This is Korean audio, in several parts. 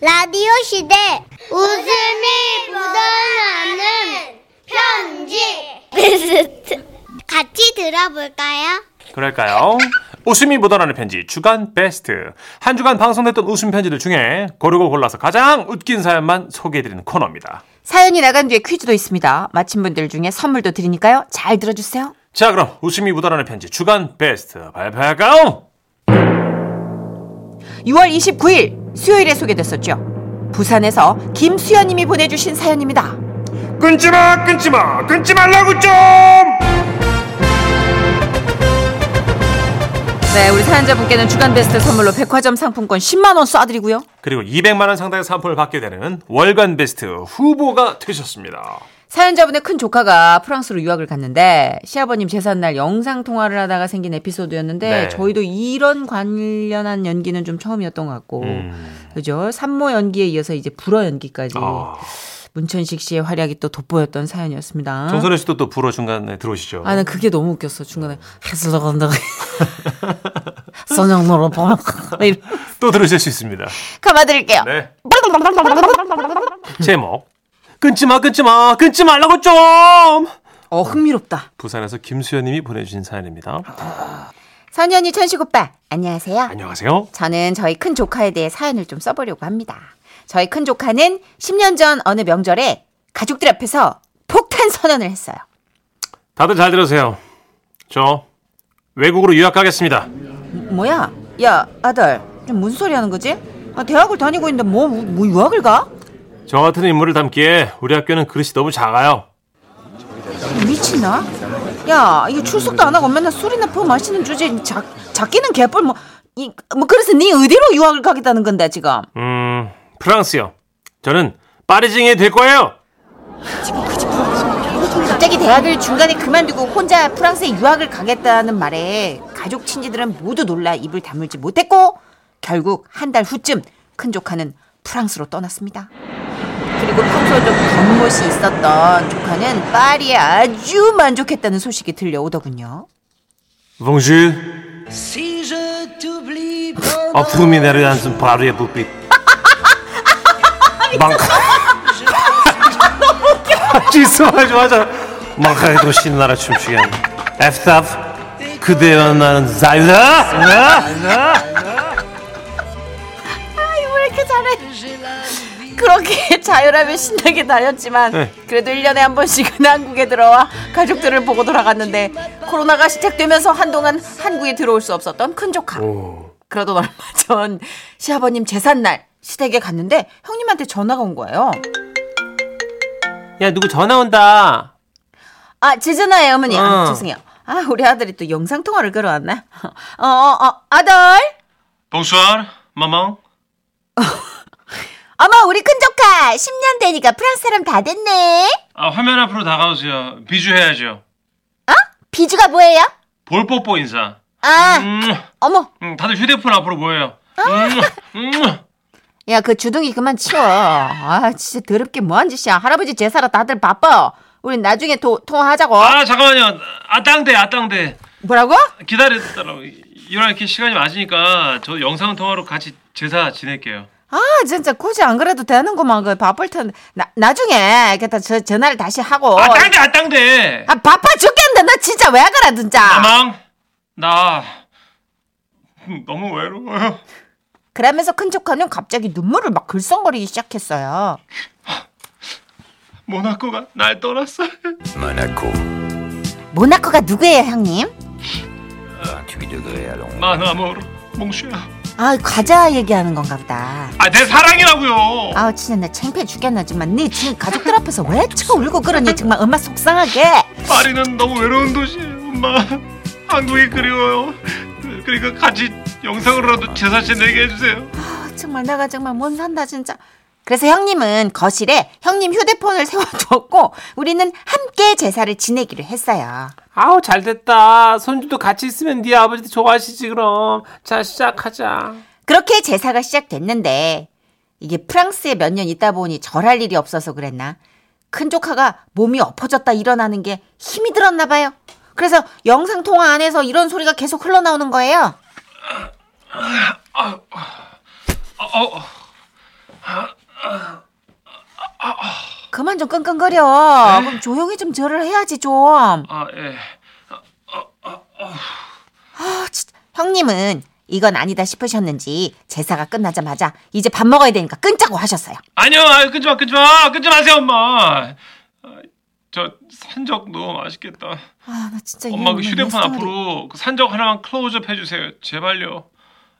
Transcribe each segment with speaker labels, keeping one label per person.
Speaker 1: 라디오 시대 웃음이 묻어나는 편지 같이 들어볼까요?
Speaker 2: 그럴까요? 웃음이 묻어나는 편지 주간 베스트 한 주간 방송됐던 웃음 편지들 중에 고르고 골라서 가장 웃긴 사연만 소개해드리는 코너입니다.
Speaker 3: 사연이 나간 뒤에 퀴즈도 있습니다. 맞힌 분들 중에 선물도 드리니까요. 잘 들어주세요.
Speaker 2: 자 그럼 웃음이 묻어나는 편지 주간 베스트 발표할까요?
Speaker 3: 6월 29일 수요일에 소개됐었죠. 부산에서 김수현님이 보내주신 사연입니다.
Speaker 2: 끊지마 끊지마 끊지 말라고 좀
Speaker 3: 네, 우리 사연자분께는 주간 베스트 선물로 백화점 상품권 10만 원 쏴드리고요.
Speaker 2: 그리고 200만 원 상당의 상품을 받게 되는 월간 베스트 후보가 되셨습니다.
Speaker 3: 사연자분의 큰 조카가 프랑스로 유학을 갔는데 시아버님 재산 날 영상 통화를 하다가 생긴 에피소드였는데
Speaker 2: 네.
Speaker 3: 저희도 이런 관련한 연기는 좀 처음이었던 것 같고 그죠? 산모 연기에 이어서 이제 불어 연기까지
Speaker 2: 아,
Speaker 3: 문천식 씨의 활약이 또 돋보였던 사연이었습니다.
Speaker 2: 정선우 씨도 또 불어 중간에 들어오시죠.
Speaker 3: 아, 난 그게 너무 웃겼어. 중간에 해슬러 간다. 선영노로 보면
Speaker 2: 또 들으실 수 있습니다.
Speaker 3: 감아드릴게요.
Speaker 2: 네. 제목 끊지마 끊지마 끊지 말라고 좀
Speaker 3: 어 흥미롭다.
Speaker 2: 부산에서 김수현님이 보내주신 사연입니다.
Speaker 3: 선현이 천식 오빠 안녕하세요.
Speaker 2: 안녕하세요.
Speaker 3: 저는 저희 큰 조카에 대해 사연을 좀 써보려고 합니다. 저희 큰 조카는 10년 전 어느 명절에 가족들 앞에서 폭탄 선언을 했어요.
Speaker 2: 다들 잘 들으세요. 저 외국으로 유학 가겠습니다.
Speaker 3: 뭐야? 야 아들, 좀 무슨 소리 하는 거지? 아, 대학을 다니고 있는데 뭐, 뭐 유학을 가?
Speaker 2: 저 같은 인물을 담기에 우리 학교는 그릇이 너무 작아요.
Speaker 3: 미친나? 야, 이거 출석도 안 하고 맨날 술이나 퍼 마시는 주제에 자, 자기는 개뿔 뭐, 이, 뭐 그래서 네 어디로 유학을 가겠다는 건데 지금?
Speaker 2: 음 프랑스요. 저는 파리징이 될 거예요.
Speaker 3: 갑자기 대학을 중간에 그만두고 혼자 프랑스에 유학을 가겠다는 말에 가족 친지들은 모두 놀라 입을 다물지 못했고 결국 한 달 후쯤 큰 조카는 프랑스로 떠났습니다. 그리고 평소 좀 겉멋이 있었던 조카는 파리에 아주 만족했다는 소식이 들려오더군요.
Speaker 2: 봉주 어품이 내려앉은 바루의 불빛. 망카. 지수 맞아 맞아. 망카의 도시 나라 춤추게 하는 F탑 그대와 나는 사이다. 나, 나.
Speaker 3: 왜 이렇게 잘해? 그렇게 자유라며 신나게 다녔지만
Speaker 2: 네.
Speaker 3: 그래도 1년에 한 번씩은 한국에 들어와 가족들을 보고 돌아갔는데 코로나가 시작되면서 한동안 한국에 들어올 수 없었던 큰 조카 그러던 얼마 전 시아버님 재산날 시댁에 갔는데 형님한테 전화가 온 거예요
Speaker 2: 야 누구 전화 온다.
Speaker 3: 아 지준아예요 어머니 아,
Speaker 2: 어.
Speaker 3: 죄송해요 아 우리 아들이 또 영상통화를 걸어왔네 어어 어, 아들
Speaker 2: 봉수아 마망.
Speaker 3: 어머 우리 큰 조카 10년 되니까 프랑스 사람 다 됐네
Speaker 2: 아 화면 앞으로 다가오세요. 비주해야죠.
Speaker 3: 어? 비주가 뭐예요?
Speaker 2: 볼뽀뽀 인사.
Speaker 3: 아
Speaker 2: 음,
Speaker 3: 어머
Speaker 2: 음, 다들 휴대폰 앞으로 모여요. 음, 음.
Speaker 3: 야, 그 주둥이 그만 치워. 아, 진짜 더럽게 뭐한 짓이야. 할아버지 제사라 다들 바빠. 우린 나중에 도, 통화하자고.
Speaker 2: 아 잠깐만요. 아 땅대 아 땅대.
Speaker 3: 뭐라고? 아,
Speaker 2: 기다렸더라고. 이랑 이렇게 시간이 맞으니까 저 영상 통화로 같이 제사 지낼게요.
Speaker 3: 아, 진짜 굳이 안 그래도 되는구만. 그 바쁠 텐데. 나, 나중에 이렇게 다 저, 전화를 다시 하고.
Speaker 2: 아 땅대 아 땅대.
Speaker 3: 아, 바빠 죽겠는데 나 진짜 왜 그래, 진짜.
Speaker 2: 아망 나 음, 너무 외로워요.
Speaker 3: 그러면서 큰 조카는 갑자기 눈물을 막 글썽거리기 시작했어요.
Speaker 2: 모나코가 날 떠났어요.
Speaker 4: Monaco,
Speaker 3: 모나코가 누구예요, 형님?
Speaker 4: 28 degrés à Londres.
Speaker 2: 마나모로 몽슈야.
Speaker 3: 아, 과자 얘기하는 건가 보다.
Speaker 2: 아 내 사랑이라고요.
Speaker 3: 아우 진짜 나 창피해 죽겠나지만 네 지금 가족들 앞에서 왜 치고 울고 그러니 정말 엄마 속상하게
Speaker 2: 파리는 너무 외로운 도시예요. 엄마 한국이 그리워요. 그러니까 같이 영상으로라도 제사 지내게 해주세요.
Speaker 3: 정말 내가 정말 못 산다 진짜. 그래서 형님은 거실에 형님 휴대폰을 세워두었고 우리는 함께 제사를 지내기로 했어요.
Speaker 5: 아우 잘됐다. 손주도 같이 있으면 네 아버지도 좋아하시지 그럼. 자 시작하자.
Speaker 3: 그렇게 제사가 시작됐는데 이게 프랑스에 몇 년 있다 보니 절할 일이 없어서 그랬나 큰 조카가 몸이 엎어졌다 일어나는 게 힘이 들었나 봐요. 그래서 영상 통화 안에서 이런 소리가 계속 흘러나오는 거예요.
Speaker 2: 어, 어,
Speaker 3: 그만 좀 끙끙거려.
Speaker 5: 네.
Speaker 3: 그럼 조용히 좀 절을 해야지 좀. 아
Speaker 5: 아, 예.
Speaker 3: 진짜. 형님은 이건 아니다 싶으셨는지 제사가 끝나자마자 이제 밥 먹어야 되니까 끊자고 하셨어요.
Speaker 5: 아니요, 아유, 끊지 마, 끊지 마, 끊지 마세요, 엄마. 아, 저 산적 너무 맛있겠다.
Speaker 3: 아 나 진짜
Speaker 5: 엄마 그
Speaker 3: 오늘
Speaker 5: 휴대폰
Speaker 3: 내 스토리.
Speaker 5: 앞으로 그 산적 하나만 클로즈업 해주세요. 제발요.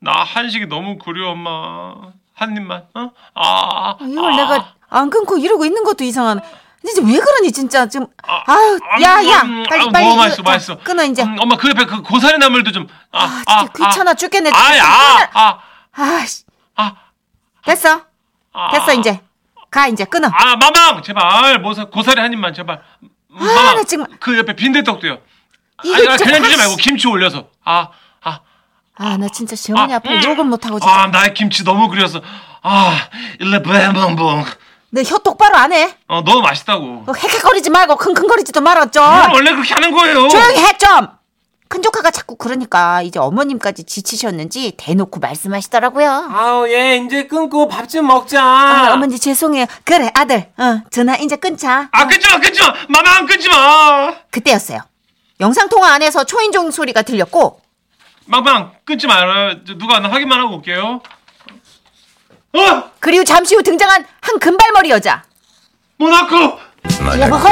Speaker 5: 나 한식이 너무 그리워, 엄마. 한 입만, 어? 아,
Speaker 3: 아, 이걸 내가 안 끊고 이러고 있는 것도 이상한. 진짜 왜 그러니 진짜 지금 아유
Speaker 5: 아,
Speaker 3: 야야
Speaker 5: 음,
Speaker 3: 빨리
Speaker 5: 아,
Speaker 3: 빨리
Speaker 5: 너무
Speaker 3: 이거
Speaker 5: 맛있어,
Speaker 3: 다
Speaker 5: 맛있어.
Speaker 3: 끊어 이제
Speaker 5: 음, 엄마 그 옆에 그 고사리 나물도 좀. 아,
Speaker 3: 아 진짜 귀찮아 죽겠네
Speaker 5: 아, 아, 야, 아,
Speaker 3: 아씨
Speaker 5: 아,
Speaker 3: 됐어
Speaker 5: 아,
Speaker 3: 됐어 이제 가 이제 끊어
Speaker 5: 아, 마망 제발 모사, 고사리 한 입만 제발.
Speaker 3: 아, 나 지금-
Speaker 5: 그 옆에 빈대떡도요.
Speaker 3: 이거
Speaker 5: 아니, 아니
Speaker 3: 진짜
Speaker 5: 그냥 주지
Speaker 3: 확-
Speaker 5: 말고 김치 올려서. 아, 아.
Speaker 3: 아 나 진짜 시원이
Speaker 5: 아,
Speaker 3: 앞에
Speaker 5: 음.
Speaker 3: 욕을 못하고 진짜
Speaker 5: 아, 나의 김치 너무 그리워서. 아, 일레 뱅뱅뱅.
Speaker 3: 너 혀 똑바로 안해
Speaker 5: 어, 너무 맛있다고.
Speaker 3: 뭐 헥헥거리지 말고 킁킁거리지도 말아 좀
Speaker 5: 오늘 원래 그렇게 하는 거예요.
Speaker 3: 어. 조용히 해좀큰 조카가 자꾸 그러니까 이제 어머님까지 지치셨는지 대놓고 말씀하시더라고요
Speaker 5: 아우, 얘 이제 끊고 밥 좀 먹자.
Speaker 3: 아, 어머니 죄송해요 그래 아들 어 전화 이제 끊자
Speaker 5: 아, 끊지 마, 끊지 마. 마망 끊지 마.
Speaker 3: 그때였어요. 영상통화 안에서 초인종 소리가 들렸고
Speaker 5: 망망 끊지 말아요. 저 누가 나 확인만 하고 올게요. 어,
Speaker 3: 그리고 잠시 후 등장한 한 금발머리 여자.
Speaker 5: 모나코.
Speaker 4: Monaco.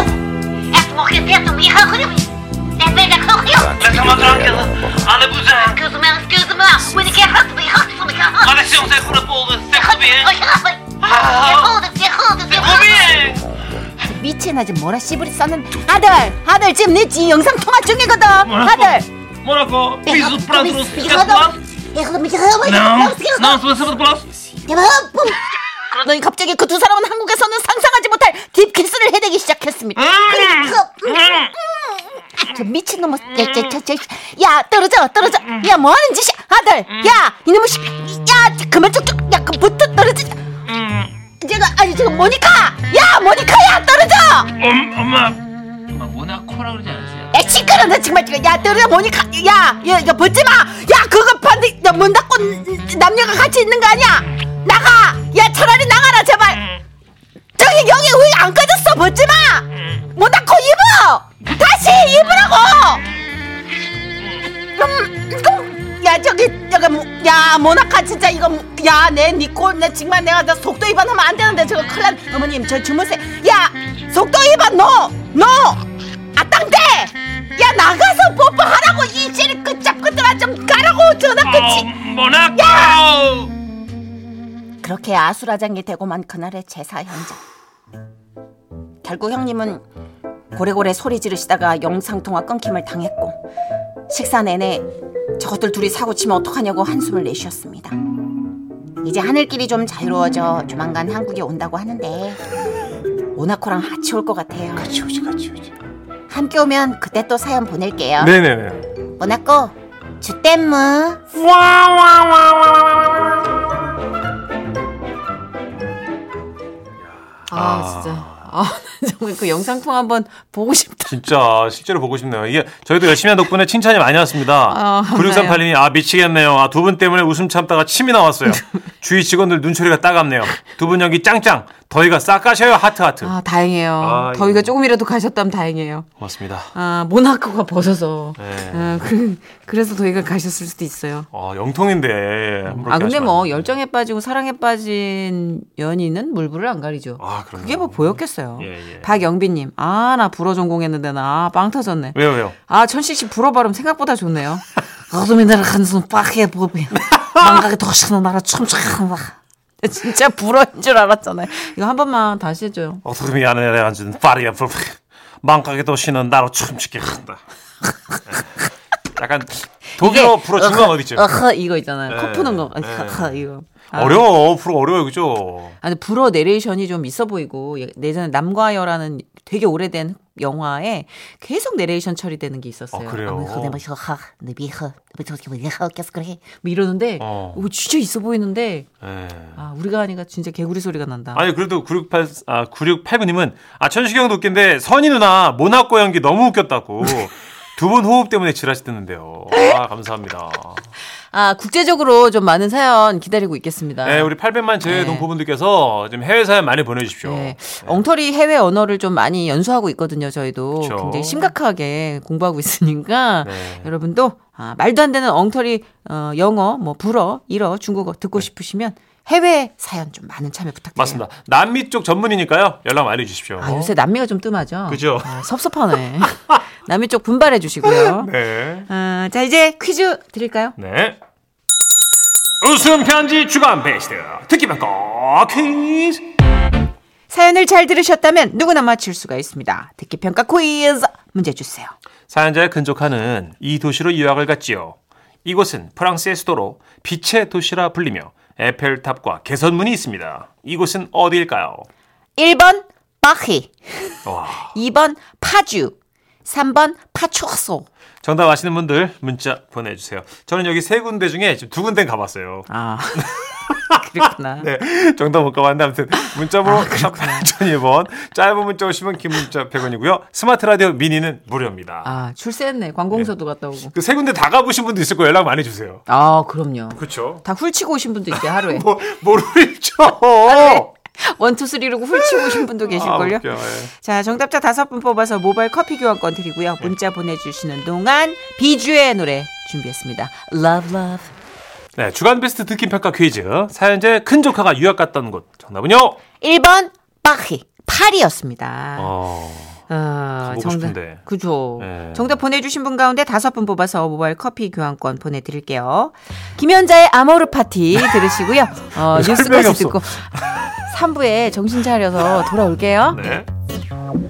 Speaker 3: 미친 아주 뭐라 씨부리 싸는 아들, 아들 지금 내 지 영상통화 중이거든. 아들,
Speaker 5: 모나코. 피스 뭐, 프랑스 네.
Speaker 3: 너희 갑자기 그 두 사람은 한국에서는 상상하지 못할 딥 키스를 해대기 시작했습니다. 저 미친놈아, 야, 저, 저, 저, 야 떨어져, 떨어져. 야 뭐하는 짓이야, 아들. 야 이놈의 씨, 야 그만 쭉쭉, 야 그부터 떨어지자. 제가 아니 지금 모니카, 야 모니카야 떨어져.
Speaker 5: 엄마. 엄마 모나코라 그러지 않았어요?
Speaker 3: 야 시끄러 너 정말 지금 야 너네 보니까 야야 벗지 마야 그거 반대 야문 닫고 음, 남녀가 같이 있는 거 아니야 나가 야 차라리 나가라 제발 저기 여기 왜 안 꺼졌어 벗지 마문 닫고 입어 다시 입으라고 음, 음, 야 저기 저기 뭐, 야 모나카 진짜 이거 뭐, 야 내 니꼴 내 정말 내가 나 속도 위반하면 안 되는데 저거 큰일 난 어머님 저 주무세 야 속도 위반 너너 아땅대 야 나가서 뽀뽀하라고 이 쟤를 끝잡끝들아 좀 가라고 전화
Speaker 5: 어,
Speaker 3: 끝이
Speaker 5: 모나코.
Speaker 3: 그렇게 아수라장이 되고만 그날의 제사 현장. 결국 형님은 고래고래 소리 지르시다가 영상통화 끊김을 당했고 식사 내내 저것들 둘이 사고 치면 어떡하냐고 한숨을 내쉬었습니다. 이제 하늘길이 좀 자유로워져 조만간 한국에 온다고 하는데 모나코랑 같이 올 것 같아요. 같이 오지 같이 오지. 함께 오면 그때 또 사연 보낼게요.
Speaker 2: 네네네.
Speaker 3: 모나코 주땜무.
Speaker 6: 아, 진짜. 아, 정말 그 영상통 한번 보고 싶다.
Speaker 2: 진짜 실제로 보고 싶네요. 이게 저희도 열심히 한 덕분에 칭찬이 많이 왔습니다.
Speaker 6: 아,
Speaker 2: 9638님이 아 미치겠네요. 아 두 분 때문에 웃음 참다가 침이 나왔어요. 주위 직원들 눈초리가 따갑네요. 두 분 연기 짱짱. 더위가 싹 가셔요. 하트 하트.
Speaker 6: 아, 다행이에요.
Speaker 2: 아,
Speaker 6: 더위가
Speaker 2: 이거.
Speaker 6: 조금이라도 가셨다면 다행이에요.
Speaker 2: 고맙습니다.
Speaker 6: 아, 모나코가 벗어서.
Speaker 2: 네.
Speaker 6: 아, 그, 그래서 더위가 가셨을 수도 있어요.
Speaker 2: 아 영통인데. 함부로
Speaker 6: 아,
Speaker 2: 이렇게
Speaker 6: 근데
Speaker 2: 하시면
Speaker 6: 뭐,
Speaker 2: 안 돼요.
Speaker 6: 열정에 빠지고 사랑에 빠진 연인은 물불을 안 가리죠.
Speaker 2: 아, 그럼요.
Speaker 6: 그게 뭐 보였겠어요.
Speaker 2: 예, 예.
Speaker 6: 박영빈님, 아, 나 불어 전공했는데 나 빵 터졌네.
Speaker 2: 왜요 왜요?
Speaker 6: 아, 천식 씨 불어 발음 생각보다 좋네요. 어둠이들 한숨 빡해 보면 망각이 도시는 나라 춤추는다. 진짜 불어인 줄 알았잖아요. 이거 한 번만 다시 해줘요.
Speaker 2: 어떻게 미안해 앉은 파리야 불 망각의 도시는 나로 춤추게 한다. 네. 약간 독일어 불어 중간 어디죠?
Speaker 6: 어허 이거 있잖아요.
Speaker 2: 예,
Speaker 6: 코 푸는 거.
Speaker 2: 예.
Speaker 6: 어허 이거. 아,
Speaker 2: 어려워 불어 어려워요 그죠?
Speaker 6: 아니 불어 내레이션이 좀 있어 보이고 예, 예전에 남과여라는 되게 오래된 영화에 계속 내레이션 처리되는 게 있었어요.
Speaker 2: 아, 그래요?
Speaker 6: 아무 그대 막
Speaker 3: 허허 너비허 너비허 너비허 계속 그래.
Speaker 6: 뭐 이러는데
Speaker 2: 어.
Speaker 6: 오, 진짜 있어 보이는데
Speaker 2: 예.
Speaker 6: 아 우리가 하니까 진짜 개구리 소리가 난다.
Speaker 2: 아니 그래도 968 아, 9689님은 아 천식형도 웃긴데 선희 누나 모나코 연기 너무 웃겼다고 두 분 호흡 때문에 지라시 듣는데요. 아 감사합니다.
Speaker 3: 아, 국제적으로 좀 많은 사연 기다리고 있겠습니다.
Speaker 2: 네, 우리 800만 제외 동포분들께서 지금 해외 사연 많이 보내주십시오.
Speaker 3: 네. 엉터리 해외 언어를 좀 많이 연수하고 있거든요, 저희도.
Speaker 2: 그쵸.
Speaker 3: 굉장히 심각하게 공부하고 있으니까
Speaker 2: 네.
Speaker 3: 여러분도 아, 말도 안 되는 엉터리 어, 영어, 뭐 불어, 일어, 중국어 듣고 싶으시면 해외 사연 좀 많은 참여 부탁드려요.
Speaker 2: 네. 맞습니다. 남미 쪽 전문이니까요. 연락 많이 주십시오.
Speaker 3: 아, 요새 남미가 좀 뜸하죠.
Speaker 2: 그죠?
Speaker 3: 아, 섭섭하네. 남미 쪽 분발해 주시고요.
Speaker 2: 네.
Speaker 3: 아, 자, 이제 퀴즈 드릴까요?
Speaker 2: 네. 웃음 편지 주간 베스트 듣기만 꼭 퀴즈.
Speaker 3: 사연을 잘 들으셨다면 누구나 맞힐 수가 있습니다. 듣기 평가 퀴즈 문제 주세요.
Speaker 2: 사연자의 근족하는 이 도시로 유학을 갔지요. 이곳은 프랑스의 수도로 빛의 도시라 불리며 에펠탑과 개선문이 있습니다. 이곳은 어디일까요?
Speaker 3: 1번 파히,
Speaker 2: 와.
Speaker 3: 2번 파주, 3번 파초소.
Speaker 2: 정답 아시는 분들 문자 보내주세요. 저는 여기 세 군데 중에 지금 두 군데 가봤어요.
Speaker 3: 아 그렇구나.
Speaker 2: 네, 정답 못 가봤는데 아무튼 문자번호 샵 8001번 짧은 문자 오시면 긴 문자 100원이고요. 스마트 라디오 미니는 무료입니다.
Speaker 3: 아 출세했네. 관공서도 갔다 오고.
Speaker 2: 그 세 군데 다 가보신 분도 있을 거예요. 연락 많이 주세요.
Speaker 3: 아 그럼요.
Speaker 2: 그렇죠.
Speaker 3: 다 훌치고 오신 분도 있대 하루에.
Speaker 2: 뭐, 모르죠.
Speaker 3: 네.
Speaker 2: 아,
Speaker 3: 원투 쓰리르고 훌치고 오신 분도 계실걸요.
Speaker 2: 웃겨. 예.
Speaker 3: 자 정답자 다섯 분 뽑아서 모바일 커피 교환권
Speaker 2: 네.
Speaker 3: 드리고요. 문자 보내주시는 동안 비주의 노래 준비했습니다. Love Love.
Speaker 2: 네, 주간 베스트 듣기 평가 퀴즈. 사연제 큰 조카가 유학 갔던 곳. 정답은요.
Speaker 3: 1번 파히. 파리였습니다.
Speaker 2: 어.
Speaker 3: 아,
Speaker 2: 가보고 싶은데.
Speaker 3: 그죠.
Speaker 2: 네.
Speaker 3: 정답 보내주신 분 가운데 다섯 분 뽑아서 모바일 커피 교환권 보내드릴게요. 김현자의 아모르 파티 들으시고요.
Speaker 2: 설명이
Speaker 3: 어, 뉴스까지
Speaker 2: 없어.
Speaker 3: 듣고 3부에 정신 차려서 돌아올게요.
Speaker 2: 네.